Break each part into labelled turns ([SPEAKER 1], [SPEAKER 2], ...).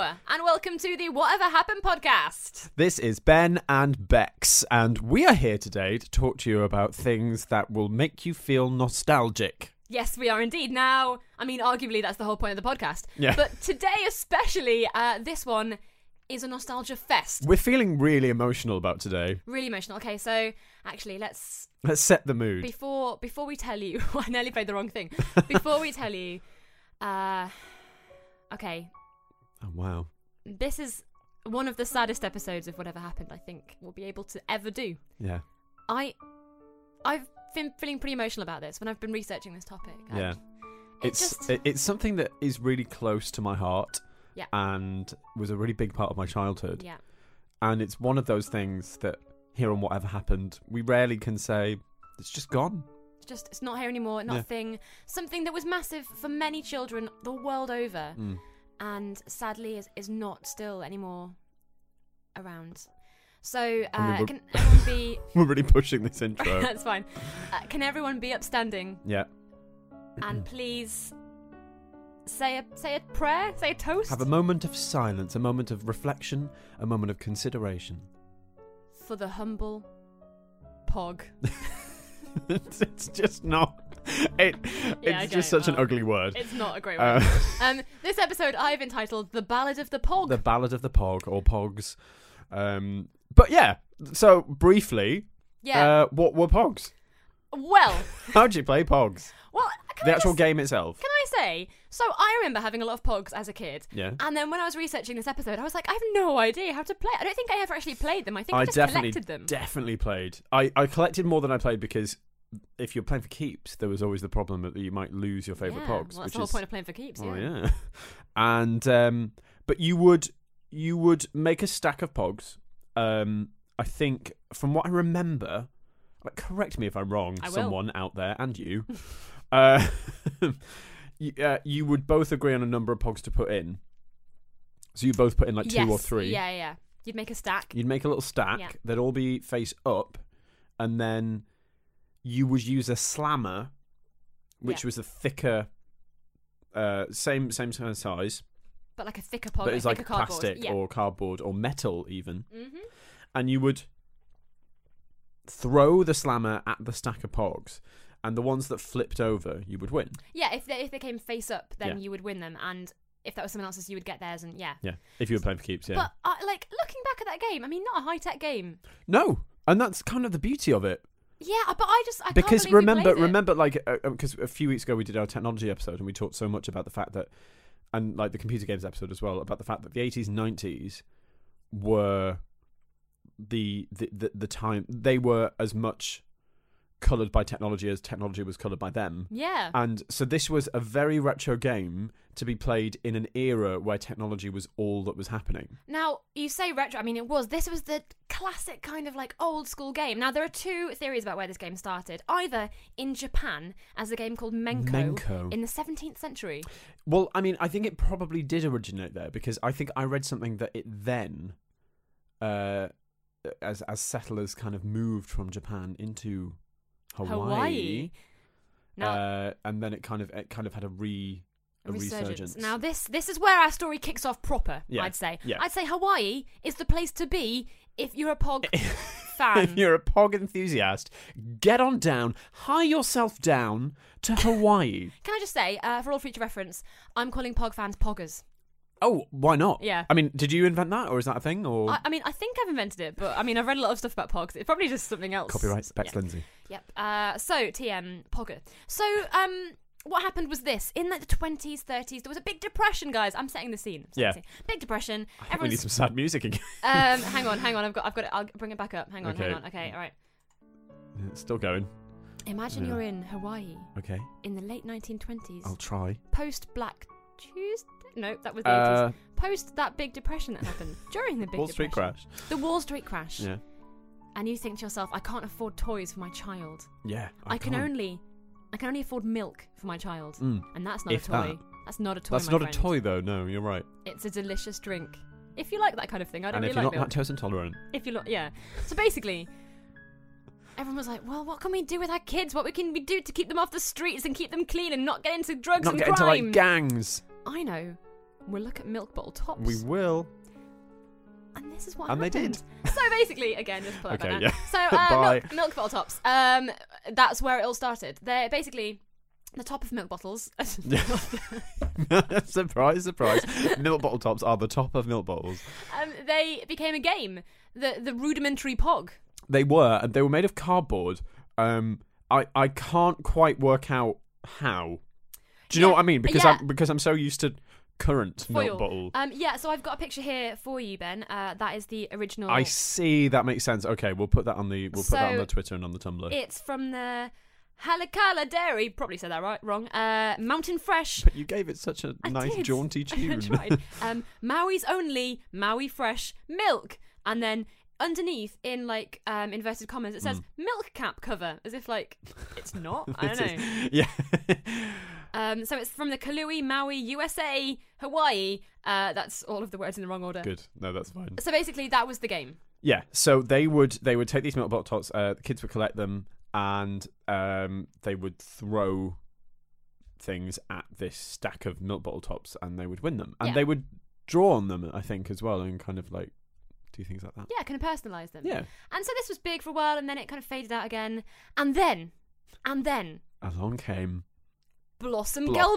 [SPEAKER 1] welcome to the Whatever Happened podcast.
[SPEAKER 2] This is Ben and Bex, and we are here today to talk to you about things that will make you feel nostalgic.
[SPEAKER 1] Yes, we are indeed. Now, I mean, arguably that's the whole point of the podcast.
[SPEAKER 2] Yeah.
[SPEAKER 1] But today, especially, uh, this one is a nostalgia fest.
[SPEAKER 2] We're feeling really emotional about today.
[SPEAKER 1] Really emotional. Okay, so actually, let's
[SPEAKER 2] Let's set the mood.
[SPEAKER 1] before before we tell you, I nearly played the wrong thing. Before we tell you, uh, okay,
[SPEAKER 2] oh, wow.
[SPEAKER 1] this is one of the saddest episodes of whatever happened. I think we'll be able to ever do.
[SPEAKER 2] Yeah.
[SPEAKER 1] I, I've been feeling pretty emotional about this when I've been researching this topic. and
[SPEAKER 2] Yeah.
[SPEAKER 1] it
[SPEAKER 2] It's
[SPEAKER 1] just-
[SPEAKER 2] it- it's something that is really close to my heart.
[SPEAKER 1] Yeah.
[SPEAKER 2] And was a really big part of my childhood.
[SPEAKER 1] yeah.
[SPEAKER 2] And it's one of those things that here on whatever happened, we rarely can say it's just gone.
[SPEAKER 1] It's just it's not here anymore not
[SPEAKER 2] Yeah.
[SPEAKER 1] a thing something that was massive for many children the world over
[SPEAKER 2] Mm.
[SPEAKER 1] and sadly is, is not still anymore around so uh,
[SPEAKER 2] I mean, we're-
[SPEAKER 1] can everyone be
[SPEAKER 2] We're really pushing this intro.
[SPEAKER 1] that's fine uh, can everyone be upstanding
[SPEAKER 2] yeah.
[SPEAKER 1] and please say a say a prayer say a toast
[SPEAKER 2] Have a moment of silence, a moment of reflection, a moment of consideration.
[SPEAKER 1] for the humble pog
[SPEAKER 2] it's just not. It,
[SPEAKER 1] Yeah,
[SPEAKER 2] it's
[SPEAKER 1] okay,
[SPEAKER 2] just such an
[SPEAKER 1] well,
[SPEAKER 2] ugly word.
[SPEAKER 1] it's not a great one
[SPEAKER 2] Uh,
[SPEAKER 1] um this episode i've entitled the ballad of the pog
[SPEAKER 2] the Ballad of the Pog or Pogs. Um, but yeah, so briefly,
[SPEAKER 1] yeah
[SPEAKER 2] uh, what were Pogs?
[SPEAKER 1] well
[SPEAKER 2] How'd you play Pogs?
[SPEAKER 1] well can
[SPEAKER 2] The
[SPEAKER 1] I
[SPEAKER 2] actual
[SPEAKER 1] just-
[SPEAKER 2] game itself.
[SPEAKER 1] Can I um, say? So I remember having a lot of pogs as a kid.
[SPEAKER 2] Yeah.
[SPEAKER 1] And then when I was researching this episode, I was like, I have no idea how to play. I don't think I ever actually played them. I think I, just
[SPEAKER 2] definitely,
[SPEAKER 1] collected them.
[SPEAKER 2] definitely played. I, I collected more than I played because if you're playing for keeps, there was always the problem that you might lose your favourite
[SPEAKER 1] yeah.
[SPEAKER 2] Pogs.
[SPEAKER 1] Well,
[SPEAKER 2] which
[SPEAKER 1] that's the whole
[SPEAKER 2] is,
[SPEAKER 1] point of playing for keeps.
[SPEAKER 2] Oh
[SPEAKER 1] yeah.
[SPEAKER 2] yeah. And um but you would you would make a stack of pogs. Um I think from what I remember like correct me if I'm wrong,
[SPEAKER 1] I will.
[SPEAKER 2] someone out there and you. uh, you, uh you would both agree on a number of pogs to put in. So you both put in like two or
[SPEAKER 1] Yes.
[SPEAKER 2] three.
[SPEAKER 1] Yeah, yeah. You'd make a stack.
[SPEAKER 2] You'd make a little stack,
[SPEAKER 1] Yeah.
[SPEAKER 2] they'd all be face up, and then you would use a slammer, which
[SPEAKER 1] Yeah.
[SPEAKER 2] was a thicker uh same same kind of size
[SPEAKER 1] But like a thicker pog.
[SPEAKER 2] but it's like
[SPEAKER 1] thicker cardboard.
[SPEAKER 2] plastic
[SPEAKER 1] yeah.
[SPEAKER 2] or cardboard or metal even
[SPEAKER 1] hmm
[SPEAKER 2] and you would throw the slammer at the stack of pogs and the ones that flipped over you would win
[SPEAKER 1] Yeah, if they, if they came face up, then
[SPEAKER 2] Yeah.
[SPEAKER 1] you would win them. And if that was someone else's, you would get theirs. And yeah.
[SPEAKER 2] yeah if you were playing for keeps yeah
[SPEAKER 1] But uh, like looking back at that game, I mean, not a high tech game.
[SPEAKER 2] no and that's kind of the beauty of it
[SPEAKER 1] Yeah, uh, but I just I
[SPEAKER 2] because
[SPEAKER 1] can't believe we
[SPEAKER 2] remember
[SPEAKER 1] played it.
[SPEAKER 2] remember like because a few weeks ago we did our technology episode and we talked so much about the fact that and like the computer games episode as well about the fact that the 80s and 90s were the the the, the time they were as much colored by technology as technology was colored by them
[SPEAKER 1] Yeah.
[SPEAKER 2] and so this was a very retro game to be played in an era where technology was all that was happening
[SPEAKER 1] Now, you say retro, I mean, it was. This was the classic kind of like old school game. Now, there are two theories about where this game started. Either in Japan as a game called Menko,
[SPEAKER 2] Menko.
[SPEAKER 1] in the 17th century.
[SPEAKER 2] Well, I mean, I think it probably did originate there because I think I read something that it then, uh, as as settlers kind of moved from Japan into Hawaii,
[SPEAKER 1] Hawaii. Now,
[SPEAKER 2] uh, and then it kind of it kind of had a re a resurgence.
[SPEAKER 1] Now, this this is where our story kicks off proper,
[SPEAKER 2] Yeah,
[SPEAKER 1] I'd say.
[SPEAKER 2] yeah.
[SPEAKER 1] I'd say Hawaii is the place to be if you're a Pog fan.
[SPEAKER 2] if you're a pog enthusiast, get on down, hie yourself down to Hawaii.
[SPEAKER 1] Can I just say, uh, for all future reference, I'm calling Pog fans Poggers.
[SPEAKER 2] oh, why not?
[SPEAKER 1] Yeah.
[SPEAKER 2] I mean, did you invent that, or is that a thing? Or
[SPEAKER 1] I, I mean, I think I've invented it, but I mean, I've read a lot of stuff about Pogs. It's probably just something else.
[SPEAKER 2] copyright Bex
[SPEAKER 1] Yeah.
[SPEAKER 2] Lindsay?
[SPEAKER 1] Yep. Uh, so TM Pogger. So um, what happened was this: in like the twenties, thirties, there was a big depression, guys. I'm setting the scene. I'm setting
[SPEAKER 2] Yeah.
[SPEAKER 1] the scene. Big depression.
[SPEAKER 2] I think we need
[SPEAKER 1] Everyone's.
[SPEAKER 2] some sad music again.
[SPEAKER 1] um, hang on, hang on. I've got, I've got it. I'll bring it back up. Hang on,
[SPEAKER 2] Okay.
[SPEAKER 1] hang on. Okay, all right.
[SPEAKER 2] It's still going.
[SPEAKER 1] Imagine
[SPEAKER 2] Yeah. Oh.
[SPEAKER 1] you're in Hawaii
[SPEAKER 2] Okay,
[SPEAKER 1] in the late 1920s,
[SPEAKER 2] I'll try.
[SPEAKER 1] post Black Tuesday. No, that was the 80s.
[SPEAKER 2] Uh,
[SPEAKER 1] Post that big depression that happened during the big
[SPEAKER 2] Wall
[SPEAKER 1] depression.
[SPEAKER 2] Street crash.
[SPEAKER 1] The Wall Street crash.
[SPEAKER 2] Yeah.
[SPEAKER 1] And you think to yourself, I can't afford toys for my child.
[SPEAKER 2] Yeah.
[SPEAKER 1] I, can
[SPEAKER 2] can't.
[SPEAKER 1] only, I can only afford milk for my child.
[SPEAKER 2] Mm.
[SPEAKER 1] And that's not
[SPEAKER 2] If
[SPEAKER 1] a
[SPEAKER 2] that.
[SPEAKER 1] toy. That's not a toy.
[SPEAKER 2] That's
[SPEAKER 1] my
[SPEAKER 2] not
[SPEAKER 1] friend.
[SPEAKER 2] a toy, though. No, you're right.
[SPEAKER 1] It's a delicious drink. If you like that kind of thing, I don't
[SPEAKER 2] and if
[SPEAKER 1] really
[SPEAKER 2] you're not
[SPEAKER 1] like milk.
[SPEAKER 2] lactose intolerant,
[SPEAKER 1] If you like, yeah. So basically, everyone was like, "Well, what can we do with our kids? What we can we do to keep them off the streets and keep them clean and not get into drugs
[SPEAKER 2] not
[SPEAKER 1] and
[SPEAKER 2] get into
[SPEAKER 1] crime?"
[SPEAKER 2] like gangs.
[SPEAKER 1] I know. We'll look at milk bottle tops.
[SPEAKER 2] We will.
[SPEAKER 1] And this is what
[SPEAKER 2] And they
[SPEAKER 1] happened. So basically, again, just pull up
[SPEAKER 2] Okay,
[SPEAKER 1] that.
[SPEAKER 2] yeah.
[SPEAKER 1] So uh,
[SPEAKER 2] Bye.
[SPEAKER 1] milk, milk bottle tops. Um, that's where it all started. They're basically the top of milk bottles.
[SPEAKER 2] surprise, surprise. milk bottle tops are the top of milk bottles.
[SPEAKER 1] um, they became a game. The the rudimentary pog.
[SPEAKER 2] They were, and they were made of cardboard. Um, I I can't quite work out how. Do you know
[SPEAKER 1] Yeah,
[SPEAKER 2] what I mean? Because
[SPEAKER 1] yeah.
[SPEAKER 2] I'm because I'm so used to current
[SPEAKER 1] Foil.
[SPEAKER 2] milk bottle.
[SPEAKER 1] Um, yeah. So I've got a picture here for you, Ben. Uh, that is the original.
[SPEAKER 2] I see. That makes sense. Okay, we'll put that on the we'll put that on
[SPEAKER 1] So-
[SPEAKER 2] the Twitter and on the Tumblr.
[SPEAKER 1] It's from the Halakala Dairy. Probably said that right, wrong. Uh, Mountain Fresh.
[SPEAKER 2] but you gave it such a
[SPEAKER 1] I
[SPEAKER 2] nice
[SPEAKER 1] did.
[SPEAKER 2] jaunty
[SPEAKER 1] I
[SPEAKER 2] tune.
[SPEAKER 1] tried. Um, Maui's only Maui Fresh milk, and then underneath in like um, inverted commas it says milk cap cover, as if like it's not. I
[SPEAKER 2] This
[SPEAKER 1] don't know.
[SPEAKER 2] Hmm. is- yeah.
[SPEAKER 1] Um, so it's from the Kalui, Maui, USA, Hawaii. Uh, that's all of the words in the wrong order.
[SPEAKER 2] Good. No, that's fine.
[SPEAKER 1] So basically, that was the game.
[SPEAKER 2] Yeah. So they would they would take these milk bottle tots. Uh, the kids would collect them, and um, they would throw things at this stack of milk bottle tops, and they would win them, and
[SPEAKER 1] Yeah.
[SPEAKER 2] they would draw on them, I think, as well, and kind of like do things like that.
[SPEAKER 1] Yeah, kind of personalise them.
[SPEAKER 2] Yeah.
[SPEAKER 1] And so this was big for a while, and then it kind of faded out again. And then, and then
[SPEAKER 2] Along came.
[SPEAKER 1] Blossom
[SPEAKER 2] Blo-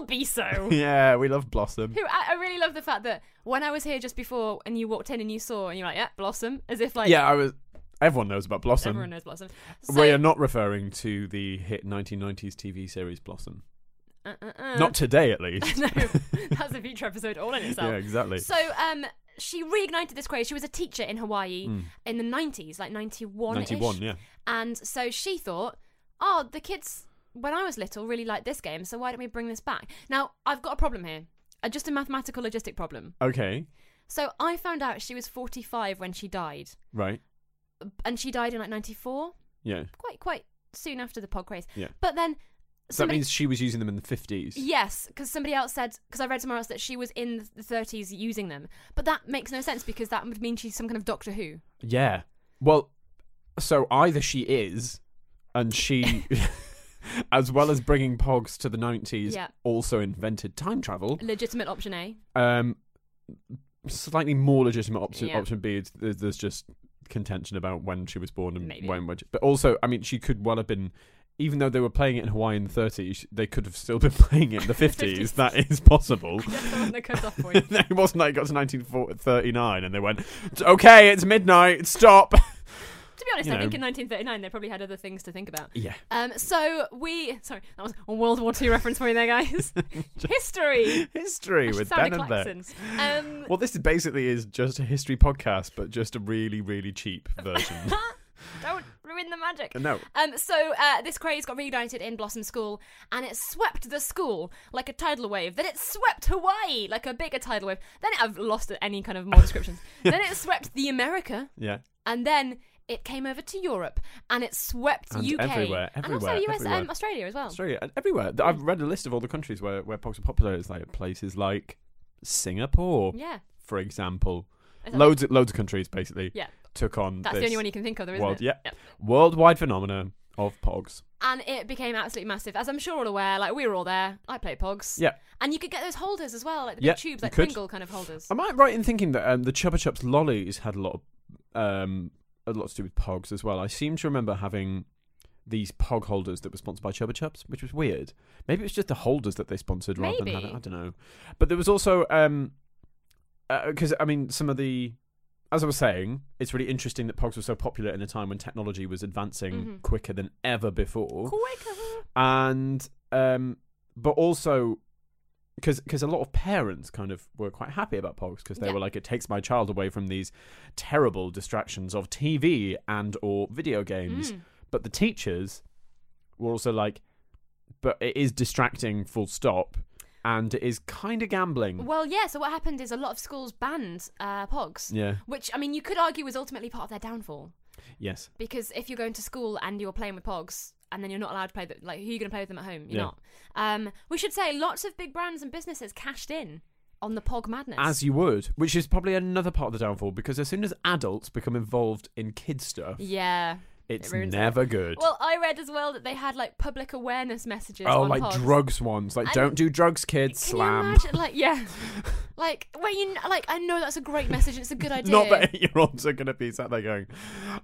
[SPEAKER 1] Gelbiso.
[SPEAKER 2] Yeah, we love Blossom.
[SPEAKER 1] Oh. Who I, I really love the fact that when I was here just before and you walked in and you saw and you're like, yeah, Blossom, as if like
[SPEAKER 2] yeah, I was. Everyone knows about Blossom.
[SPEAKER 1] everyone knows Blossom. So,
[SPEAKER 2] we are not referring to the hit 1990s TV series Blossom.
[SPEAKER 1] uh, uh, uh.
[SPEAKER 2] Not today, at least.
[SPEAKER 1] no, that's a future episode all in itself.
[SPEAKER 2] yeah, exactly.
[SPEAKER 1] So um, she reignited this craze. She was a teacher in Hawaii
[SPEAKER 2] Mm.
[SPEAKER 1] in the 90s, like 91
[SPEAKER 2] 91, Hmm. yeah.
[SPEAKER 1] And so she thought, oh, the kids when I was little really liked this game, so why don't we bring this back? Now, I've got a problem here. Uh, just a mathematical logistic problem.
[SPEAKER 2] Okay,
[SPEAKER 1] So I found out she was 45 when she died,
[SPEAKER 2] right.
[SPEAKER 1] and she died in like 94,
[SPEAKER 2] Yeah.
[SPEAKER 1] quite quite soon after the pod craze.
[SPEAKER 2] Yeah.
[SPEAKER 1] But then
[SPEAKER 2] So that
[SPEAKER 1] somebody
[SPEAKER 2] means she was using them in the 50s.
[SPEAKER 1] Yes, because somebody else said because I read somewhere else that she was in the 30s using them, but that makes no sense because that would mean she's some kind of Doctor Who.
[SPEAKER 2] Yeah. Well, so either she is, and she, as well as bringing pogs to the 90s,
[SPEAKER 1] Yeah.
[SPEAKER 2] also invented time travel.
[SPEAKER 1] Legitimate option A.
[SPEAKER 2] Um, slightly more legitimate option,
[SPEAKER 1] Yeah.
[SPEAKER 2] option B is there's there's just contention about when she was born and
[SPEAKER 1] Maybe.
[SPEAKER 2] when, when she- But also, I mean, she could well have been. Even though they were playing it in Hawaii in the 30s, they could have still been playing it in the 50s. that is possible.
[SPEAKER 1] That's the one that cuts off point.
[SPEAKER 2] it wasn't like it got to 1939 and they went, okay, it's midnight, stop.
[SPEAKER 1] to be honest,
[SPEAKER 2] You
[SPEAKER 1] I think
[SPEAKER 2] know.
[SPEAKER 1] in 1939 they probably had other things to think about.
[SPEAKER 2] Yeah.
[SPEAKER 1] Um, so we sorry that was a World War II reference for you there, guys. History.
[SPEAKER 2] History
[SPEAKER 1] I should
[SPEAKER 2] with
[SPEAKER 1] sound
[SPEAKER 2] Ben
[SPEAKER 1] a
[SPEAKER 2] and Ben.
[SPEAKER 1] Claxons. Um,
[SPEAKER 2] Well, this is basically is just a history podcast, but just a really, really cheap version.
[SPEAKER 1] don't ruin the magic.
[SPEAKER 2] no.
[SPEAKER 1] Um, so uh, this craze got reignited in Blossom School, and it swept the school like a tidal wave. Then it swept Hawaii like a bigger tidal wave. Then it, I've lost any kind of more descriptions. then it swept the America,
[SPEAKER 2] Yeah.
[SPEAKER 1] and then it came over to Europe, and it swept
[SPEAKER 2] And
[SPEAKER 1] UK,
[SPEAKER 2] everywhere,
[SPEAKER 1] and
[SPEAKER 2] everywhere,
[SPEAKER 1] also US,
[SPEAKER 2] everywhere.
[SPEAKER 1] Um, Australia as well.
[SPEAKER 2] Australia, and everywhere. Th- I've read a list of all the countries where, where pogs are popular. It's like places like Singapore,
[SPEAKER 1] Yeah,
[SPEAKER 2] for example.
[SPEAKER 1] Is that-
[SPEAKER 2] Loads, of, loads of countries basically
[SPEAKER 1] Yeah.
[SPEAKER 2] took on
[SPEAKER 1] That's
[SPEAKER 2] this
[SPEAKER 1] the only one you can think of, though, isn't
[SPEAKER 2] world,
[SPEAKER 1] it?
[SPEAKER 2] yeah, worldwide phenomena of pogs.
[SPEAKER 1] And it became absolutely massive, as I'm sure all aware. Like we were all there. I played Pogs.
[SPEAKER 2] Yeah.
[SPEAKER 1] And you could get those holders as well, like the
[SPEAKER 2] Yeah,
[SPEAKER 1] big tubes,
[SPEAKER 2] you
[SPEAKER 1] like
[SPEAKER 2] could.
[SPEAKER 1] Pringle kind of holders.
[SPEAKER 2] Am I right in thinking that um, the Chubba Chups lollies had a lot of um, a lot to do with pogs as well? I seem to remember having these pog holders that were sponsored by Chubba Chups, which was weird. Maybe it was just the holders that they sponsored rather than
[SPEAKER 1] Maybe.
[SPEAKER 2] having, I don't know. But there was also um because I mean some of the as I was saying, it's really interesting that pogs were so popular in a time when technology was advancing
[SPEAKER 1] Mhm.
[SPEAKER 2] quicker than ever before
[SPEAKER 1] Quicker.
[SPEAKER 2] and um, but also because a lot of parents kind of were quite happy about pogs because they
[SPEAKER 1] Yeah.
[SPEAKER 2] were like it takes my child away from these terrible distractions of TV and or video games
[SPEAKER 1] Mm.
[SPEAKER 2] but the teachers were also like but it is distracting full stop and it is kind of gambling
[SPEAKER 1] Well, yeah. So what happened is a lot of schools banned uh, pogs,
[SPEAKER 2] yeah
[SPEAKER 1] which I mean, you could argue was ultimately part of their downfall
[SPEAKER 2] yes
[SPEAKER 1] because if you're going to school and you're playing with pogs. And then you're not allowed to play them. Like, who are you going to play with them at home? You're
[SPEAKER 2] Yeah.
[SPEAKER 1] not. Um, we should say lots of big brands and businesses cashed in on the pog madness.
[SPEAKER 2] as you would which is probably another part of the downfall because as soon as adults become involved in kid stuff
[SPEAKER 1] yeah,
[SPEAKER 2] It's
[SPEAKER 1] It ruins it.
[SPEAKER 2] never good.
[SPEAKER 1] Well, I read as well that they had like public awareness messages.
[SPEAKER 2] oh,
[SPEAKER 1] on
[SPEAKER 2] like
[SPEAKER 1] pods.
[SPEAKER 2] drugs ones. Like,
[SPEAKER 1] And-
[SPEAKER 2] don't do drugs, kids.
[SPEAKER 1] Can
[SPEAKER 2] Slam.
[SPEAKER 1] you imagine? Like, yeah, like where you kn- like I know that's a great message. and It's a good idea.
[SPEAKER 2] Not that eight year olds are going to be sat there going,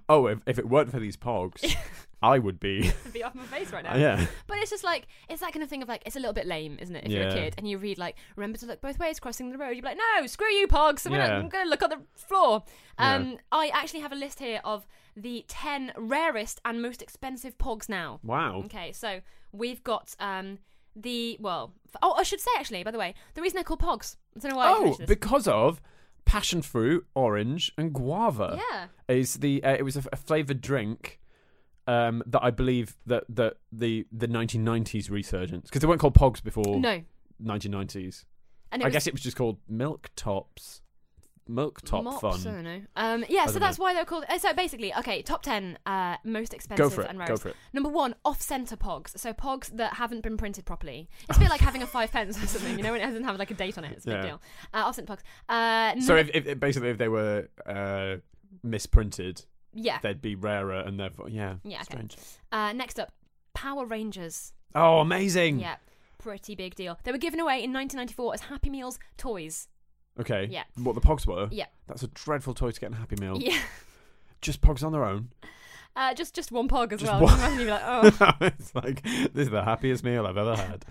[SPEAKER 2] oh, if, if it weren't for these pogs, I would be.
[SPEAKER 1] to be off my face right now.
[SPEAKER 2] yeah.
[SPEAKER 1] But it's just like it's that kind of thing of like it's a little bit lame, isn't it? If you're
[SPEAKER 2] Yeah.
[SPEAKER 1] a kid and you read like remember to look both ways crossing the road, you're like, no, screw you, pogs. I'm,
[SPEAKER 2] Yeah.
[SPEAKER 1] gonna, I'm gonna look on the floor.
[SPEAKER 2] Yeah.
[SPEAKER 1] Um, I actually have a list here of the ten rarest and most expensive pogs now.
[SPEAKER 2] Wow.
[SPEAKER 1] Okay, so we've got um the well. f- Oh, I should say actually, by the way, the reason they're called pogs. I don't know why. I
[SPEAKER 2] Oh,
[SPEAKER 1] mentioned this.
[SPEAKER 2] because of passion fruit, orange, and guava.
[SPEAKER 1] yeah.
[SPEAKER 2] Is the uh, it was a, f- a flavored drink um, that I believe that that the the 1990s resurgence because they weren't called pogs before
[SPEAKER 1] No,
[SPEAKER 2] 1990s.
[SPEAKER 1] and it
[SPEAKER 2] I
[SPEAKER 1] was
[SPEAKER 2] guess it was just called milk tops. Milk top
[SPEAKER 1] mops,
[SPEAKER 2] fun.
[SPEAKER 1] I don't know. Um, yeah, so
[SPEAKER 2] don't
[SPEAKER 1] that's why they're called. uh, So basically, okay, top ten uh, most expensive
[SPEAKER 2] Go for it.
[SPEAKER 1] and rarest.
[SPEAKER 2] Go for it.
[SPEAKER 1] Number one, off-center pogs. So pogs that haven't been printed properly. It's a bit like having a five pence or something, you know, when it doesn't have like a date on it. It's a big
[SPEAKER 2] Yeah.
[SPEAKER 1] deal. Uh, off-center pogs. Uh, n-
[SPEAKER 2] So if, if if- basically if they were uh, misprinted,
[SPEAKER 1] yeah,
[SPEAKER 2] they'd be rarer and therefore yeah.
[SPEAKER 1] yeah. Okay.
[SPEAKER 2] Strange.
[SPEAKER 1] Uh, next up, Power Rangers.
[SPEAKER 2] Oh, amazing.
[SPEAKER 1] Yeah, pretty big deal. They were given away in 1994 as Happy Meals toys.
[SPEAKER 2] Okay.
[SPEAKER 1] Yeah.
[SPEAKER 2] What the pogs were.
[SPEAKER 1] Yeah.
[SPEAKER 2] That's a dreadful toy to get in a Happy Meal.
[SPEAKER 1] Yeah,
[SPEAKER 2] Just pogs on their own.
[SPEAKER 1] uh, just just one pog as
[SPEAKER 2] Just
[SPEAKER 1] well.
[SPEAKER 2] one.
[SPEAKER 1] Imagine you'd be like, oh,
[SPEAKER 2] it's like this is the happiest meal I've ever had.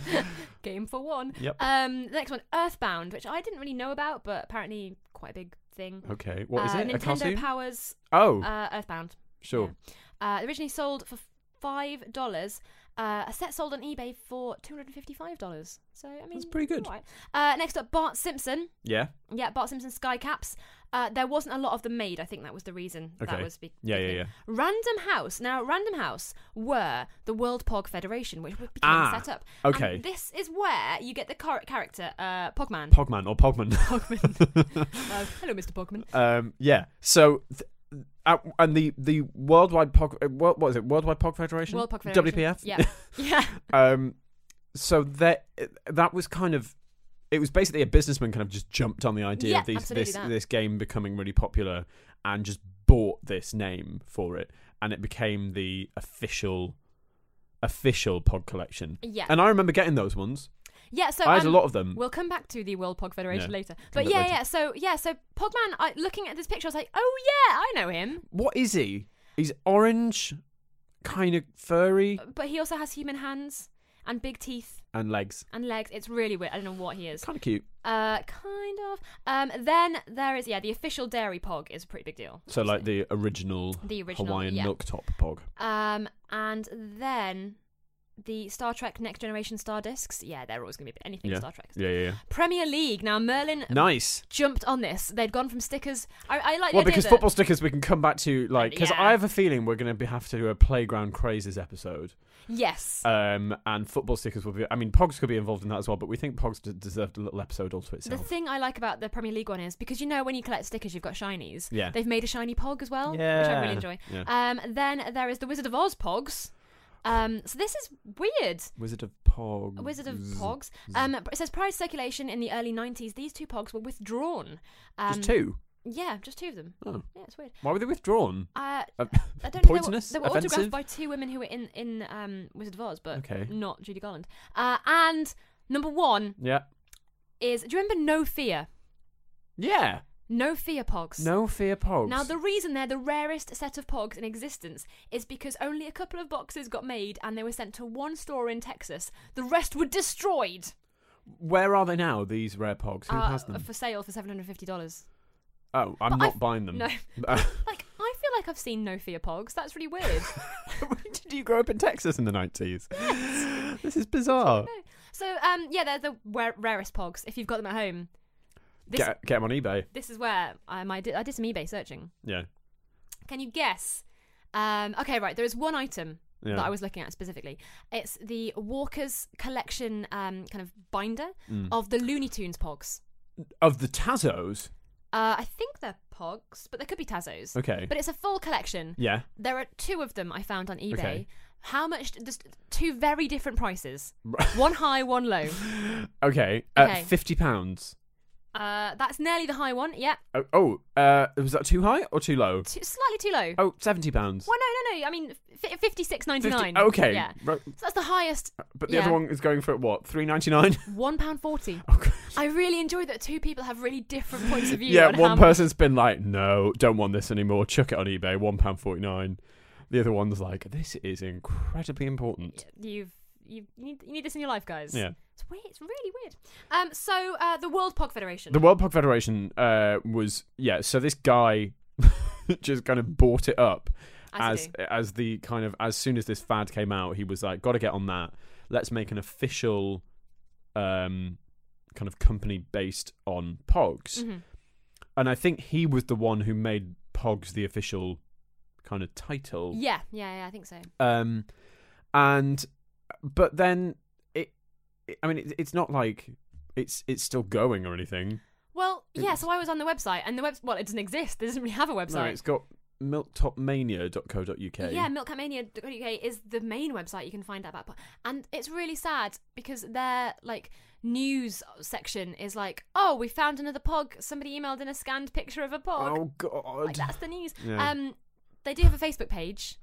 [SPEAKER 1] game for one.
[SPEAKER 2] Yep.
[SPEAKER 1] Um, the next one, Earthbound, which I didn't really know about, but apparently quite a big thing.
[SPEAKER 2] Okay. What is
[SPEAKER 1] uh,
[SPEAKER 2] it? a
[SPEAKER 1] Nintendo
[SPEAKER 2] cartoon?
[SPEAKER 1] powers
[SPEAKER 2] oh,
[SPEAKER 1] uh, Earthbound.
[SPEAKER 2] sure.
[SPEAKER 1] Uh, originally sold for five dollars. Uh, a set sold on eBay for two hundred and fifty-five dollars. So I mean,
[SPEAKER 2] That's pretty good.
[SPEAKER 1] alright. Uh, next up, Bart Simpson.
[SPEAKER 2] Yeah.
[SPEAKER 1] Yeah, Bart Simpson sky caps. Uh, there wasn't a lot of them made. I think that was the reason. That
[SPEAKER 2] Okay.
[SPEAKER 1] was be-
[SPEAKER 2] Yeah.
[SPEAKER 1] the
[SPEAKER 2] Yeah.
[SPEAKER 1] thing.
[SPEAKER 2] Yeah.
[SPEAKER 1] Random House. Now, Random House were the World Pog Federation, which became
[SPEAKER 2] Ah,
[SPEAKER 1] set up.
[SPEAKER 2] Okay.
[SPEAKER 1] And this is where you get the char- character uh, Pogman.
[SPEAKER 2] Pogman or Pogman.
[SPEAKER 1] Uh, hello, Mr. Pogman.
[SPEAKER 2] um. Yeah. So. Th- uh, and the, the worldwide pog uh, world, what is it worldwide pog federation
[SPEAKER 1] World Pog Federation.
[SPEAKER 2] WPF
[SPEAKER 1] Yeah. Yeah.
[SPEAKER 2] um so that that was kind of it was basically a businessman kind of just jumped on the idea
[SPEAKER 1] Yeah,
[SPEAKER 2] of these,
[SPEAKER 1] absolutely
[SPEAKER 2] this
[SPEAKER 1] that.
[SPEAKER 2] this game becoming really popular and just bought this name for it and it became the official official pod collection
[SPEAKER 1] Yeah.
[SPEAKER 2] and i remember getting those ones
[SPEAKER 1] yeah, so
[SPEAKER 2] i had
[SPEAKER 1] um,
[SPEAKER 2] a lot of them
[SPEAKER 1] We'll come back to the World Pog Federation
[SPEAKER 2] Yeah,
[SPEAKER 1] later.
[SPEAKER 2] come
[SPEAKER 1] But
[SPEAKER 2] back
[SPEAKER 1] yeah,
[SPEAKER 2] later.
[SPEAKER 1] yeah. So yeah, so Pogman. I, looking at this picture, I was like, oh yeah, I know him.
[SPEAKER 2] what is he he's orange kind of furry
[SPEAKER 1] But he also has human hands and big teeth
[SPEAKER 2] and legs
[SPEAKER 1] and legs. It's really weird. I don't know what he is.
[SPEAKER 2] kind of cute
[SPEAKER 1] Uh, kind of. Um, then there is yeah, the official dairy pog is a pretty big deal.
[SPEAKER 2] so like
[SPEAKER 1] obviously.
[SPEAKER 2] the original,
[SPEAKER 1] the original
[SPEAKER 2] hawaiian
[SPEAKER 1] yeah.
[SPEAKER 2] milk top pog
[SPEAKER 1] Um, and then the Star Trek Next Generation Star Discs. Yeah, they're always gonna be anything
[SPEAKER 2] Yeah.
[SPEAKER 1] Star Trek.
[SPEAKER 2] yeah yeah yeah
[SPEAKER 1] Premier League. Now Merlin
[SPEAKER 2] nice
[SPEAKER 1] jumped on this. They'd gone from stickers. I, I like the
[SPEAKER 2] Well,
[SPEAKER 1] idea
[SPEAKER 2] because
[SPEAKER 1] that-
[SPEAKER 2] football stickers, we can come back to like because
[SPEAKER 1] Yeah.
[SPEAKER 2] I have a feeling we're going to be, have to do a playground crazes episode,
[SPEAKER 1] Yes.
[SPEAKER 2] um, and football stickers will be. I mean, Pogs could be involved in that as well, but we think Pogs d- deserved a little episode all to
[SPEAKER 1] The
[SPEAKER 2] itself.
[SPEAKER 1] thing I like about the Premier League one is because you know when you collect stickers, you've got shinies.
[SPEAKER 2] yeah,
[SPEAKER 1] They've made a shiny pog as well, which I
[SPEAKER 2] Yeah.
[SPEAKER 1] really enjoy.
[SPEAKER 2] Yeah.
[SPEAKER 1] Um, then there is the Wizard of Oz pogs. Um, so this is weird.
[SPEAKER 2] Wizard of Pogs.
[SPEAKER 1] A Wizard of Pogs. Um, it says prior to circulation in the early 90s, these two pogs were withdrawn. Um,
[SPEAKER 2] Just two.
[SPEAKER 1] Yeah, just two of them.
[SPEAKER 2] Oh.
[SPEAKER 1] Yeah, it's weird.
[SPEAKER 2] Why were they withdrawn?
[SPEAKER 1] Uh,
[SPEAKER 2] Uh,
[SPEAKER 1] I don't know. They were,
[SPEAKER 2] poisonous?
[SPEAKER 1] they were autographed
[SPEAKER 2] Offensive?
[SPEAKER 1] by Mm. two women who were in, in um, Wizard of Oz, but
[SPEAKER 2] Okay.
[SPEAKER 1] not Judy Garland. Uh, and number one
[SPEAKER 2] Yeah.
[SPEAKER 1] is do you remember No Fear?
[SPEAKER 2] Yeah.
[SPEAKER 1] No Fear pogs.
[SPEAKER 2] No fear Pogs.
[SPEAKER 1] Now, the reason they're the rarest set of pogs in existence is because only a couple of boxes got made and they were sent to one store in Texas. The rest were destroyed
[SPEAKER 2] Where are they now? These rare Pogs. Who
[SPEAKER 1] uh,
[SPEAKER 2] has them?
[SPEAKER 1] for sale for $750.
[SPEAKER 2] oh, I'm
[SPEAKER 1] but
[SPEAKER 2] not
[SPEAKER 1] I've-
[SPEAKER 2] buying them.
[SPEAKER 1] No.
[SPEAKER 2] Uh,
[SPEAKER 1] Like, I feel like I've seen no fear pogs. That's really weird.
[SPEAKER 2] Did you grow up in Texas in the nineties? This is bizarre.
[SPEAKER 1] so, um, yeah, they're the wa- rarest pogs if you've got them at home. This,
[SPEAKER 2] Get, get them on eBay.
[SPEAKER 1] this is where um, I, did, I did some eBay searching.
[SPEAKER 2] Yeah.
[SPEAKER 1] Can you guess? Um, okay, right. There is one item
[SPEAKER 2] Yeah.
[SPEAKER 1] that I was looking at specifically. It's the Walker's collection um, kind of binder
[SPEAKER 2] Mm.
[SPEAKER 1] of the Looney Tunes pogs.
[SPEAKER 2] of the Tazos.
[SPEAKER 1] Uh, I think they're pogs, but they could be Tazos.
[SPEAKER 2] Okay.
[SPEAKER 1] But it's a full collection.
[SPEAKER 2] yeah.
[SPEAKER 1] There are two of them I found on eBay.
[SPEAKER 2] Okay.
[SPEAKER 1] How much? There's two very different prices. One high, one low.
[SPEAKER 2] Okay.
[SPEAKER 1] Okay.
[SPEAKER 2] At fifty pounds.
[SPEAKER 1] Uh, that's nearly the high one. Yeah,
[SPEAKER 2] Oh, oh uh, was that too high or too low?
[SPEAKER 1] too, slightly too low.
[SPEAKER 2] Oh, 70 pounds.
[SPEAKER 1] Well, no, no, no. I mean, f- fifty-six ninety-nine.
[SPEAKER 2] Okay.
[SPEAKER 1] Yeah.
[SPEAKER 2] Right.
[SPEAKER 1] So that's the highest.
[SPEAKER 2] But the
[SPEAKER 1] Yeah.
[SPEAKER 2] other one is going for what? 3.99?
[SPEAKER 1] One pound forty.
[SPEAKER 2] Okay.
[SPEAKER 1] I really enjoy that two people have really different points of view.
[SPEAKER 2] yeah,
[SPEAKER 1] on
[SPEAKER 2] one
[SPEAKER 1] how
[SPEAKER 2] person's been like, "No, don't want this anymore. Chuck it on eBay, 1 pound 49." The other one's like, "This is incredibly important."
[SPEAKER 1] You've you you need you need this in your life, guys.
[SPEAKER 2] Yeah.
[SPEAKER 1] It's weird. It's really weird. Um. So, uh, the World Pog Federation.
[SPEAKER 2] The World Pug Federation uh, was yeah. So this guy just kind of bought it up
[SPEAKER 1] As
[SPEAKER 2] as
[SPEAKER 1] you do.
[SPEAKER 2] as the kind of as soon as this fad came out, he was like, "Got to get on that. Let's make an official um, kind of company based on Pogs."
[SPEAKER 1] Mhm.
[SPEAKER 2] And I think he was the one who made Pogs the official kind of title.
[SPEAKER 1] Yeah, yeah, yeah. I think so.
[SPEAKER 2] Um, and but then it, it I mean, it, it's not like it's it's still going or anything.
[SPEAKER 1] Well,
[SPEAKER 2] It
[SPEAKER 1] yeah.
[SPEAKER 2] was-
[SPEAKER 1] So I was on the website, and the web. Well, it doesn't exist. It doesn't really have a website.
[SPEAKER 2] No, it's got milktopmania.co.uk.
[SPEAKER 1] Yeah, milkcatmania.co.uk is the main website you can find out about. po- And it's really sad because their like news section is like, oh, we found another pog. Somebody emailed in a scanned picture of a pog.
[SPEAKER 2] Oh god.
[SPEAKER 1] like that's the news.
[SPEAKER 2] Yeah.
[SPEAKER 1] Um, they do have a Facebook page.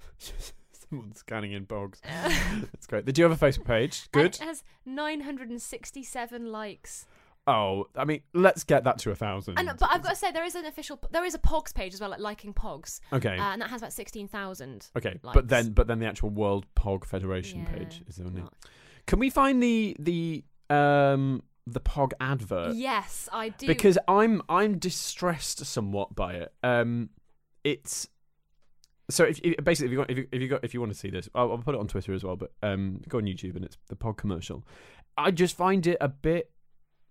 [SPEAKER 2] Someone's scanning in bogs.
[SPEAKER 1] And
[SPEAKER 2] That's great. They do have a Facebook page. Good.
[SPEAKER 1] it has 967 likes.
[SPEAKER 2] Oh, I mean, let's get that to a thousand.
[SPEAKER 1] And but I've got to say there is an official there is a pogs page as well, like liking pogs,
[SPEAKER 2] okay.
[SPEAKER 1] uh, and that has about 16,000.
[SPEAKER 2] okay.
[SPEAKER 1] likes.
[SPEAKER 2] But then, but then the actual World Pog Federation
[SPEAKER 1] Yeah,
[SPEAKER 2] page is the only.
[SPEAKER 1] Not-
[SPEAKER 2] Can we find the the um the Pog advert?
[SPEAKER 1] Yes, I do.
[SPEAKER 2] Because I'm I'm distressed somewhat by it. Um, it's so if, if basically if you want if you, if you got if you want to see this, I'll, I'll put it on Twitter as well. But um, go on YouTube and it's the Pog commercial. I just find it a bit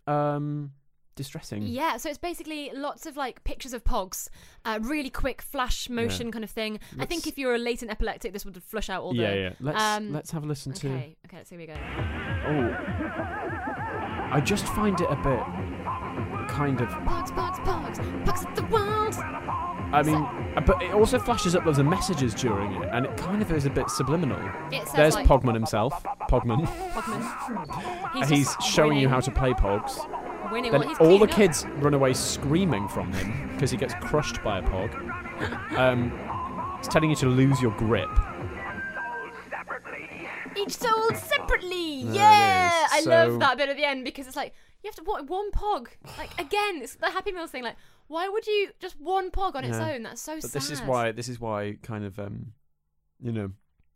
[SPEAKER 2] um distressing.
[SPEAKER 1] Yeah, so it's basically lots of like pictures of pogs, uh, really quick flash motion kind of thing. I think
[SPEAKER 2] Let's-
[SPEAKER 1] if you're a latent epileptic, this would flush out all the.
[SPEAKER 2] yeah, yeah. Let's
[SPEAKER 1] um,
[SPEAKER 2] let's have a listen to.
[SPEAKER 1] Okay, okay, let's see here we go.
[SPEAKER 2] Oh, I just find it a bit kind of.
[SPEAKER 1] Pogs, pogs, pogs, pogs at the world.
[SPEAKER 2] I mean, uh, but it also flashes up loads of messages during it, and it kind of is a bit subliminal.
[SPEAKER 1] It says
[SPEAKER 2] There's
[SPEAKER 1] like,
[SPEAKER 2] Pogman himself. Pogman.
[SPEAKER 1] Pogman.
[SPEAKER 2] He's,
[SPEAKER 1] just
[SPEAKER 2] showing you
[SPEAKER 1] winning,
[SPEAKER 2] how to play pogs.
[SPEAKER 1] Winning.
[SPEAKER 2] Then
[SPEAKER 1] Well, he's
[SPEAKER 2] all the
[SPEAKER 1] cleaning
[SPEAKER 2] kids
[SPEAKER 1] up.
[SPEAKER 2] run away screaming from him because he gets crushed by a pog. Um, it's telling you to lose your grip.
[SPEAKER 1] Each sold separately.
[SPEAKER 2] There it
[SPEAKER 1] yeah, I
[SPEAKER 2] is. So-
[SPEAKER 1] love that bit at the end because it's like you have to what one pog. Like again, it's the Happy Meals thing. Like, why would you just one pog on its
[SPEAKER 2] Yeah.
[SPEAKER 1] own? That's so
[SPEAKER 2] But
[SPEAKER 1] sad.
[SPEAKER 2] this is why this is why kind of um, you know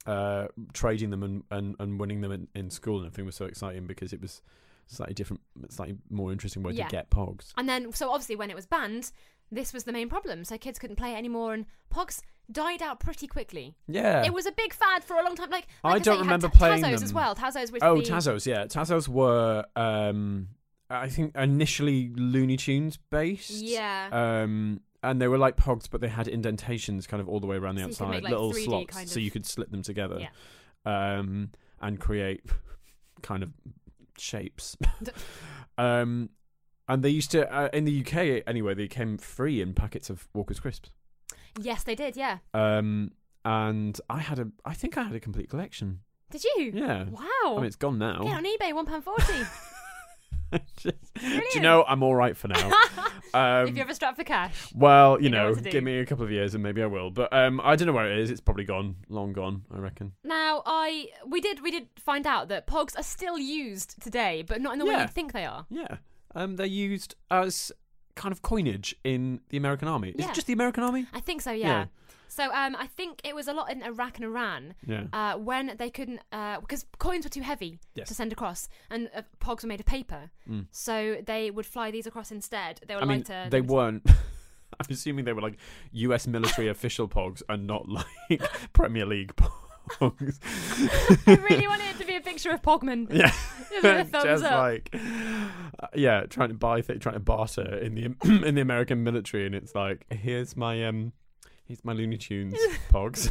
[SPEAKER 2] uh, trading them and, and, and winning them in, in school and everything was so exciting because it was slightly different, slightly more interesting way
[SPEAKER 1] Yeah.
[SPEAKER 2] to get pogs.
[SPEAKER 1] And then, so obviously, when it was banned, this was the main problem. So kids couldn't play it anymore, and Pogs died out pretty quickly.
[SPEAKER 2] Yeah.
[SPEAKER 1] It was a big fad for a long time. Like,
[SPEAKER 2] I
[SPEAKER 1] like
[SPEAKER 2] don't
[SPEAKER 1] say, you
[SPEAKER 2] remember
[SPEAKER 1] had ta-
[SPEAKER 2] playing
[SPEAKER 1] Tazos
[SPEAKER 2] them.
[SPEAKER 1] as well. Tazos with
[SPEAKER 2] oh,
[SPEAKER 1] the
[SPEAKER 2] Tazos. Yeah, Tazos were um, I think initially Looney Tunes based.
[SPEAKER 1] Yeah.
[SPEAKER 2] Um, and they were like pogs, but they had indentations kind of all the way around the
[SPEAKER 1] So you could
[SPEAKER 2] outside,
[SPEAKER 1] make, like,
[SPEAKER 2] little
[SPEAKER 1] 3D
[SPEAKER 2] slots,
[SPEAKER 1] kind
[SPEAKER 2] so
[SPEAKER 1] of-
[SPEAKER 2] you could slip them together, um, and create kind of shapes. um, and they used to uh, in the UK anyway. They came free in packets of Walker's crisps.
[SPEAKER 1] yes, they did. Yeah.
[SPEAKER 2] Um, and I had a, I think I had a complete collection.
[SPEAKER 1] Did you?
[SPEAKER 2] Yeah.
[SPEAKER 1] Wow.
[SPEAKER 2] I mean, it's gone now.
[SPEAKER 1] Get on eBay, one pound forty.
[SPEAKER 2] Just- do you
[SPEAKER 1] Brilliant.
[SPEAKER 2] know I'm all right for now? Um,
[SPEAKER 1] if you ever strapped for cash.
[SPEAKER 2] well, you,
[SPEAKER 1] you
[SPEAKER 2] know,
[SPEAKER 1] know what to
[SPEAKER 2] give
[SPEAKER 1] do.
[SPEAKER 2] me a couple of years and maybe I will. But um, I don't know where it is. It's probably gone, long gone, I reckon.
[SPEAKER 1] Now, I we did we did find out that Pogs are still used today, but not in the way
[SPEAKER 2] Yeah.
[SPEAKER 1] you'd think they are.
[SPEAKER 2] Yeah, um, they're used as kind of coinage in the American army. Is
[SPEAKER 1] Yeah.
[SPEAKER 2] it just the American army?
[SPEAKER 1] I think so. Yeah.
[SPEAKER 2] Yeah.
[SPEAKER 1] So um, I think it was a lot in Iraq and Iran.
[SPEAKER 2] Yeah,
[SPEAKER 1] uh, when they couldn't uh, because coins were too heavy
[SPEAKER 2] Yes.
[SPEAKER 1] to send across, and uh, pogs were made of paper,
[SPEAKER 2] Mm.
[SPEAKER 1] so they would fly these across instead. They were
[SPEAKER 2] I mean
[SPEAKER 1] lighter.
[SPEAKER 2] they
[SPEAKER 1] would
[SPEAKER 2] weren't. I'm assuming they were like U.S. military official pogs and not like Premier League pogs.
[SPEAKER 1] I really wanted it to be a picture of Pogman.
[SPEAKER 2] Yeah.
[SPEAKER 1] Just with a thumbs
[SPEAKER 2] just
[SPEAKER 1] up.
[SPEAKER 2] like uh, yeah trying to buy th- trying to barter in the in the american military and it's like here's my um here's my looney tunes pogs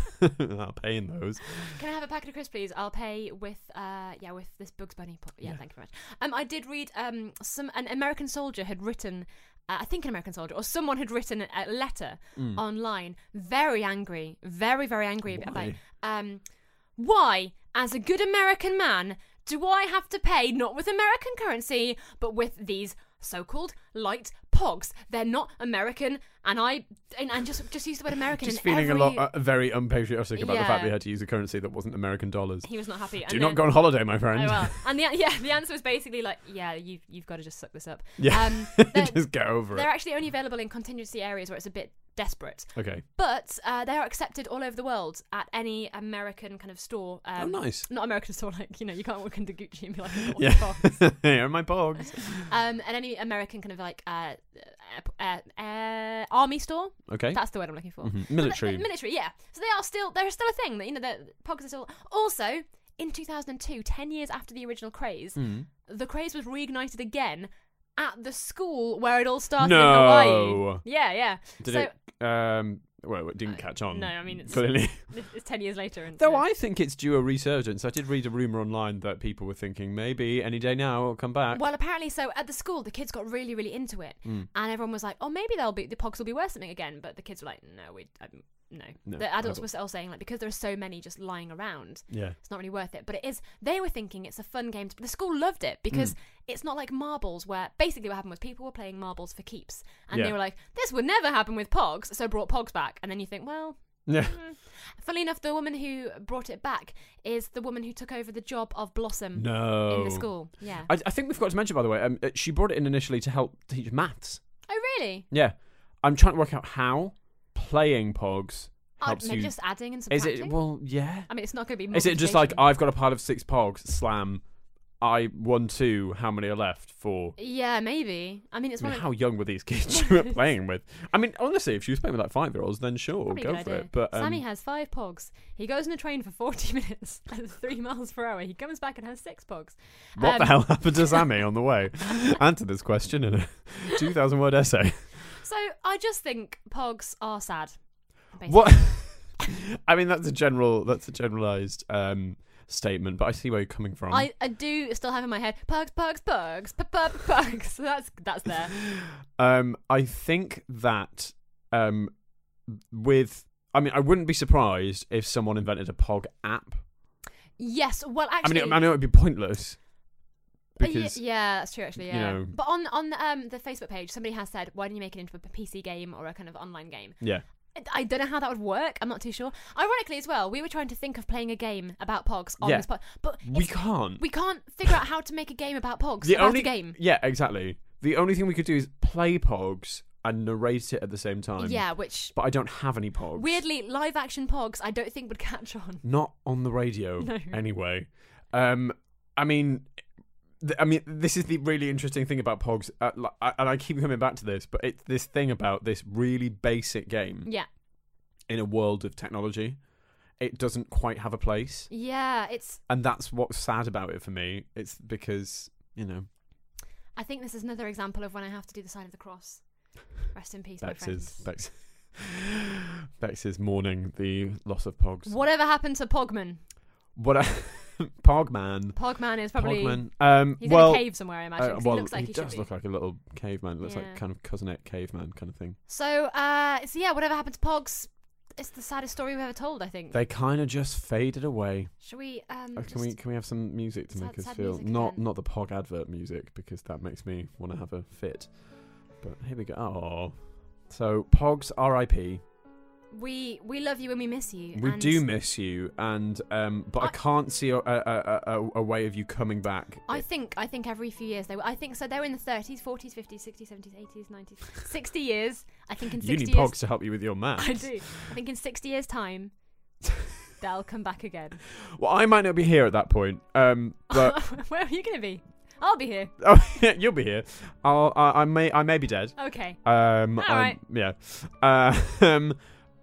[SPEAKER 2] i'll pay in those
[SPEAKER 1] Can I have a packet of crisps, please? I'll pay with uh, yeah with this Bugs Bunny. Pog. Yeah,
[SPEAKER 2] Yeah.
[SPEAKER 1] thank you very much. Um, I did read um some an American soldier had written. Uh, I think an American soldier or someone had written a a letter online, very angry, very very angry about
[SPEAKER 2] Mm. Why?
[SPEAKER 1] um, why, as a good American man, do I have to pay not with American currency, but with these so-called light pogs. They're not American, and I and, and just just use the word American.
[SPEAKER 2] Just
[SPEAKER 1] in
[SPEAKER 2] feeling
[SPEAKER 1] every...
[SPEAKER 2] a lot uh, very unpatriotic about the fact
[SPEAKER 1] Yeah.
[SPEAKER 2] they had to use a currency that wasn't American dollars.
[SPEAKER 1] He was not happy.
[SPEAKER 2] Do
[SPEAKER 1] and
[SPEAKER 2] not
[SPEAKER 1] then-
[SPEAKER 2] go on holiday, my friend.
[SPEAKER 1] Oh, well. And the yeah, the answer was basically like, yeah, you you've got to just suck this up.
[SPEAKER 2] Yeah.
[SPEAKER 1] Um, they're,
[SPEAKER 2] just get over
[SPEAKER 1] they're
[SPEAKER 2] it.
[SPEAKER 1] actually only available in contingency areas where it's a bit desperate,
[SPEAKER 2] Okay.
[SPEAKER 1] but uh, they are accepted all over the world at any American kind of store. Um,
[SPEAKER 2] oh, nice.
[SPEAKER 1] Not American store, like you know, you can't walk into Gucci and be like, "I've got
[SPEAKER 2] Yeah.
[SPEAKER 1] pogs."
[SPEAKER 2] Here are my pogs.
[SPEAKER 1] um, at any American kind of like uh, uh, uh, uh, army store.
[SPEAKER 2] Okay.
[SPEAKER 1] That's the word I'm looking for.
[SPEAKER 2] Mhm.
[SPEAKER 1] But
[SPEAKER 2] Military.
[SPEAKER 1] they- military, yeah. So they are still, they're still a thing. That you know, the pogs are still. Also, in 2002, 10 years after the original craze,
[SPEAKER 2] Mm.
[SPEAKER 1] the craze was reignited again at the school where it all started in Hawaii.
[SPEAKER 2] No.
[SPEAKER 1] Yeah, yeah.
[SPEAKER 2] Did
[SPEAKER 1] so
[SPEAKER 2] it? Um, well, it didn't catch on.
[SPEAKER 1] no, I mean, it's-
[SPEAKER 2] clearly.
[SPEAKER 1] it's- it's 10 years later, and
[SPEAKER 2] Though
[SPEAKER 1] yeah.
[SPEAKER 2] I think it's due a resurgence. I did read a rumor online that people were thinking maybe any day now it'll come back.
[SPEAKER 1] Well, apparently, so at the school, the kids got really, really into it,
[SPEAKER 2] Mm.
[SPEAKER 1] and everyone was like, "Oh, maybe they'll be the pogs will be worth something again." But the kids were like, "No, we, I, no."
[SPEAKER 2] No,
[SPEAKER 1] The adults
[SPEAKER 2] I
[SPEAKER 1] were still saying like, because there are so many just lying around,
[SPEAKER 2] Yeah.
[SPEAKER 1] it's not really worth it. But it is. They were thinking it's a fun game. To, the school loved it because
[SPEAKER 2] Hmm.
[SPEAKER 1] it's not like marbles, where basically what happened was people were playing marbles for keeps, and
[SPEAKER 2] Yeah.
[SPEAKER 1] they were like, "This would never happen with pogs," so brought pogs back, and then you think, well. hmm."
[SPEAKER 2] Yeah.
[SPEAKER 1] Funnily enough, the woman who brought it back is the woman who took over the job of Blossom
[SPEAKER 2] No.
[SPEAKER 1] in the school. Yeah.
[SPEAKER 2] I, I think we forgot to mention, by the way, um, uh, she brought it in initially to help teach maths.
[SPEAKER 1] oh, really?
[SPEAKER 2] Yeah. I'm trying to work out how playing pogs
[SPEAKER 1] Oh,
[SPEAKER 2] helps
[SPEAKER 1] maybe
[SPEAKER 2] you.
[SPEAKER 1] just adding and
[SPEAKER 2] Is
[SPEAKER 1] subtracting.
[SPEAKER 2] it? Well, yeah.
[SPEAKER 1] I mean, it's not going to be.
[SPEAKER 2] Is it just like
[SPEAKER 1] multiplication.
[SPEAKER 2] I've got a pile of six pogs? Slam. I one two. How many are left? Four.
[SPEAKER 1] Yeah, maybe. I mean, it's
[SPEAKER 2] I
[SPEAKER 1] one
[SPEAKER 2] mean,
[SPEAKER 1] of
[SPEAKER 2] how young were these kids you were playing with? I mean, honestly, if she was playing with like five year olds, then sure,
[SPEAKER 1] probably a
[SPEAKER 2] go
[SPEAKER 1] good
[SPEAKER 2] for
[SPEAKER 1] idea.
[SPEAKER 2] it. But um,
[SPEAKER 1] Sammy has five pogs. He goes on a train for forty minutes at three miles per hour. He comes back and has six pogs.
[SPEAKER 2] what the
[SPEAKER 1] Um,
[SPEAKER 2] hell happened to Sammy on the way? Answer this question in a two thousand word essay.
[SPEAKER 1] So I just think pogs are sad. basically.
[SPEAKER 2] What? I mean, that's a general. That's a generalized um, statement, but I see where you're coming from.
[SPEAKER 1] I, I do still have in my head pugs, pugs, pugs, pu- pu- pugs. So that's that's there.
[SPEAKER 2] Um, I think that um, with, I mean, I wouldn't be surprised if someone invented a Pog app.
[SPEAKER 1] Yes. Well, actually,
[SPEAKER 2] I mean, I know it'd be pointless
[SPEAKER 1] Uh, ye-
[SPEAKER 2] because
[SPEAKER 1] yeah, that's true. Actually,
[SPEAKER 2] you
[SPEAKER 1] yeah.
[SPEAKER 2] know-
[SPEAKER 1] But on on um the Facebook page, somebody has said, "Why don't you make it into a p- PC game or a kind of online game?"
[SPEAKER 2] yeah,
[SPEAKER 1] I- I don't know how that would work. I'm not too sure. Ironically, as well, we were trying to think of playing a game about Pogs on
[SPEAKER 2] Yeah.
[SPEAKER 1] this pod, but it's-
[SPEAKER 2] we can't.
[SPEAKER 1] we can't figure out how to make a game about Pogs.
[SPEAKER 2] the
[SPEAKER 1] about
[SPEAKER 2] only
[SPEAKER 1] a game,
[SPEAKER 2] yeah, exactly. The only thing we could do is play Pogs and narrate it at the same time.
[SPEAKER 1] yeah, which
[SPEAKER 2] but I don't have any Pogs.
[SPEAKER 1] weirdly, live action Pogs, I don't think would catch on.
[SPEAKER 2] not on the radio
[SPEAKER 1] No.
[SPEAKER 2] anyway um i mean th- I mean, this is the really interesting thing about Pogs, uh, li- I- and I keep coming back to this, but it's this thing about this really basic game
[SPEAKER 1] Yeah,
[SPEAKER 2] in a world of technology. It doesn't quite have a place,
[SPEAKER 1] yeah. It's.
[SPEAKER 2] and that's what's sad about it for me. It's because you know
[SPEAKER 1] I think this is another example of when I have to do the sign of the cross. Rest in peace, my
[SPEAKER 2] Bex is
[SPEAKER 1] friends.
[SPEAKER 2] Bex, Bex is mourning the loss of Pogs.
[SPEAKER 1] Whatever happened to Pogman?
[SPEAKER 2] What a Pogman,
[SPEAKER 1] Pogman is probably
[SPEAKER 2] Pogman. Um,
[SPEAKER 1] he's
[SPEAKER 2] well,
[SPEAKER 1] in a cave somewhere. I imagine.
[SPEAKER 2] Uh,
[SPEAKER 1] 'cause he looks like he, should
[SPEAKER 2] does
[SPEAKER 1] be.
[SPEAKER 2] look like a little caveman. It looks
[SPEAKER 1] Yeah.
[SPEAKER 2] like kind of cousinette caveman kind of thing.
[SPEAKER 1] So, uh, so yeah, whatever happened to Pogs? It's the saddest story we've ever told. I think.
[SPEAKER 2] They kind of just faded away.
[SPEAKER 1] Should we? Um,
[SPEAKER 2] Uh,
[SPEAKER 1] just-
[SPEAKER 2] can we can we have some music to
[SPEAKER 1] sad-
[SPEAKER 2] make us
[SPEAKER 1] sad
[SPEAKER 2] feel
[SPEAKER 1] music
[SPEAKER 2] not
[SPEAKER 1] again.
[SPEAKER 2] not the pog advert music because that makes me want to have a fit. But here we go. Oh, so pogs R.I.P.
[SPEAKER 1] We we love you and we miss you.
[SPEAKER 2] We
[SPEAKER 1] and
[SPEAKER 2] do miss you, and um, but I,
[SPEAKER 1] I-
[SPEAKER 2] can't see a, a, a, a, a way of you coming back.
[SPEAKER 1] I think I think every few years they were. I think so. They were in the 30s, 40s, 50s, 60s, 70s, 80s, 90s, 60 years. I think in 60
[SPEAKER 2] you need
[SPEAKER 1] years.
[SPEAKER 2] pogs to help you with your math.
[SPEAKER 1] I do. I think in 60 years' time, they'll come back again.
[SPEAKER 2] Well, I might not be here at that point, um, but
[SPEAKER 1] Where are you going to be? I'll be here.
[SPEAKER 2] oh, you'll be here. I'll, I, I may I may be dead.
[SPEAKER 1] Okay.
[SPEAKER 2] Um, I'm-
[SPEAKER 1] All right.
[SPEAKER 2] Yeah. Uh, um,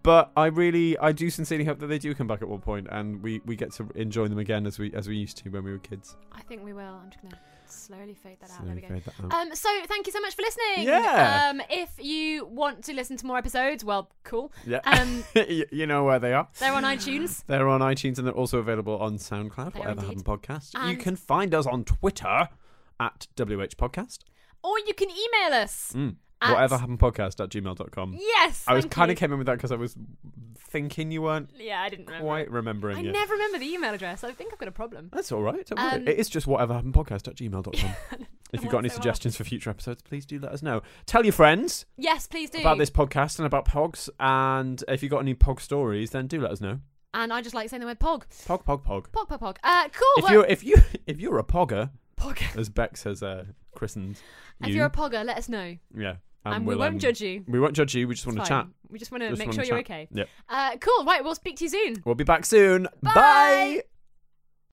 [SPEAKER 2] but I really, I do sincerely hope that they do come back at one point, and we, we get to enjoy them again as we as we used to when we were kids.
[SPEAKER 1] I think we will. I'm just going to slowly fade that out.
[SPEAKER 2] So
[SPEAKER 1] there we go.
[SPEAKER 2] fade that out.
[SPEAKER 1] Um, so thank you so much for listening.
[SPEAKER 2] Yeah.
[SPEAKER 1] Um, if you want to listen to more episodes, well, cool.
[SPEAKER 2] yeah.
[SPEAKER 1] Um,
[SPEAKER 2] Y- you know where they are.
[SPEAKER 1] they're on iTunes.
[SPEAKER 2] They're on iTunes and they're also available on SoundCloud,
[SPEAKER 1] They are
[SPEAKER 2] whatever
[SPEAKER 1] indeed.
[SPEAKER 2] happened podcast. you
[SPEAKER 1] And-
[SPEAKER 2] can find us on Twitter at WH Podcast.
[SPEAKER 1] Or you can email us
[SPEAKER 2] Mm.
[SPEAKER 1] At-
[SPEAKER 2] Whatever happened podcast at gmail.com.
[SPEAKER 1] Yes.
[SPEAKER 2] I was
[SPEAKER 1] thank
[SPEAKER 2] kind
[SPEAKER 1] you.
[SPEAKER 2] of came in with that because I was thinking you weren't
[SPEAKER 1] Yeah, I didn't remember.
[SPEAKER 2] quite remembering
[SPEAKER 1] I
[SPEAKER 2] it.
[SPEAKER 1] never remember the email address. I think I've got a problem.
[SPEAKER 2] That's all right. Don't worry.
[SPEAKER 1] Um,
[SPEAKER 2] it is just whatever happened podcast at gmail.com. if
[SPEAKER 1] It
[SPEAKER 2] you've got any
[SPEAKER 1] works so well.
[SPEAKER 2] suggestions for future episodes, please do let us know. Tell your friends
[SPEAKER 1] Yes, please do.
[SPEAKER 2] about this podcast and about pogs. And if you've got any pog stories, then do let us know.
[SPEAKER 1] And I just like saying the word pog.
[SPEAKER 2] Pog, pog, pog.
[SPEAKER 1] Pog, pog, pog. Uh, cool.
[SPEAKER 2] if
[SPEAKER 1] well,
[SPEAKER 2] you're if you if you're a pogger,
[SPEAKER 1] pog.
[SPEAKER 2] as Bex has uh, christened you,
[SPEAKER 1] if you're a pogger, let us know.
[SPEAKER 2] yeah,
[SPEAKER 1] And, we
[SPEAKER 2] we'll,
[SPEAKER 1] won't
[SPEAKER 2] um,
[SPEAKER 1] judge you.
[SPEAKER 2] We won't judge you. We just
[SPEAKER 1] It's
[SPEAKER 2] want to
[SPEAKER 1] fine.
[SPEAKER 2] chat.
[SPEAKER 1] We just want to
[SPEAKER 2] Just
[SPEAKER 1] make
[SPEAKER 2] wanna
[SPEAKER 1] sure you're
[SPEAKER 2] chat.
[SPEAKER 1] okay.
[SPEAKER 2] Yep.
[SPEAKER 1] Uh, cool. Right, we'll speak to you soon.
[SPEAKER 2] We'll be back soon.
[SPEAKER 1] Bye.
[SPEAKER 2] Bye.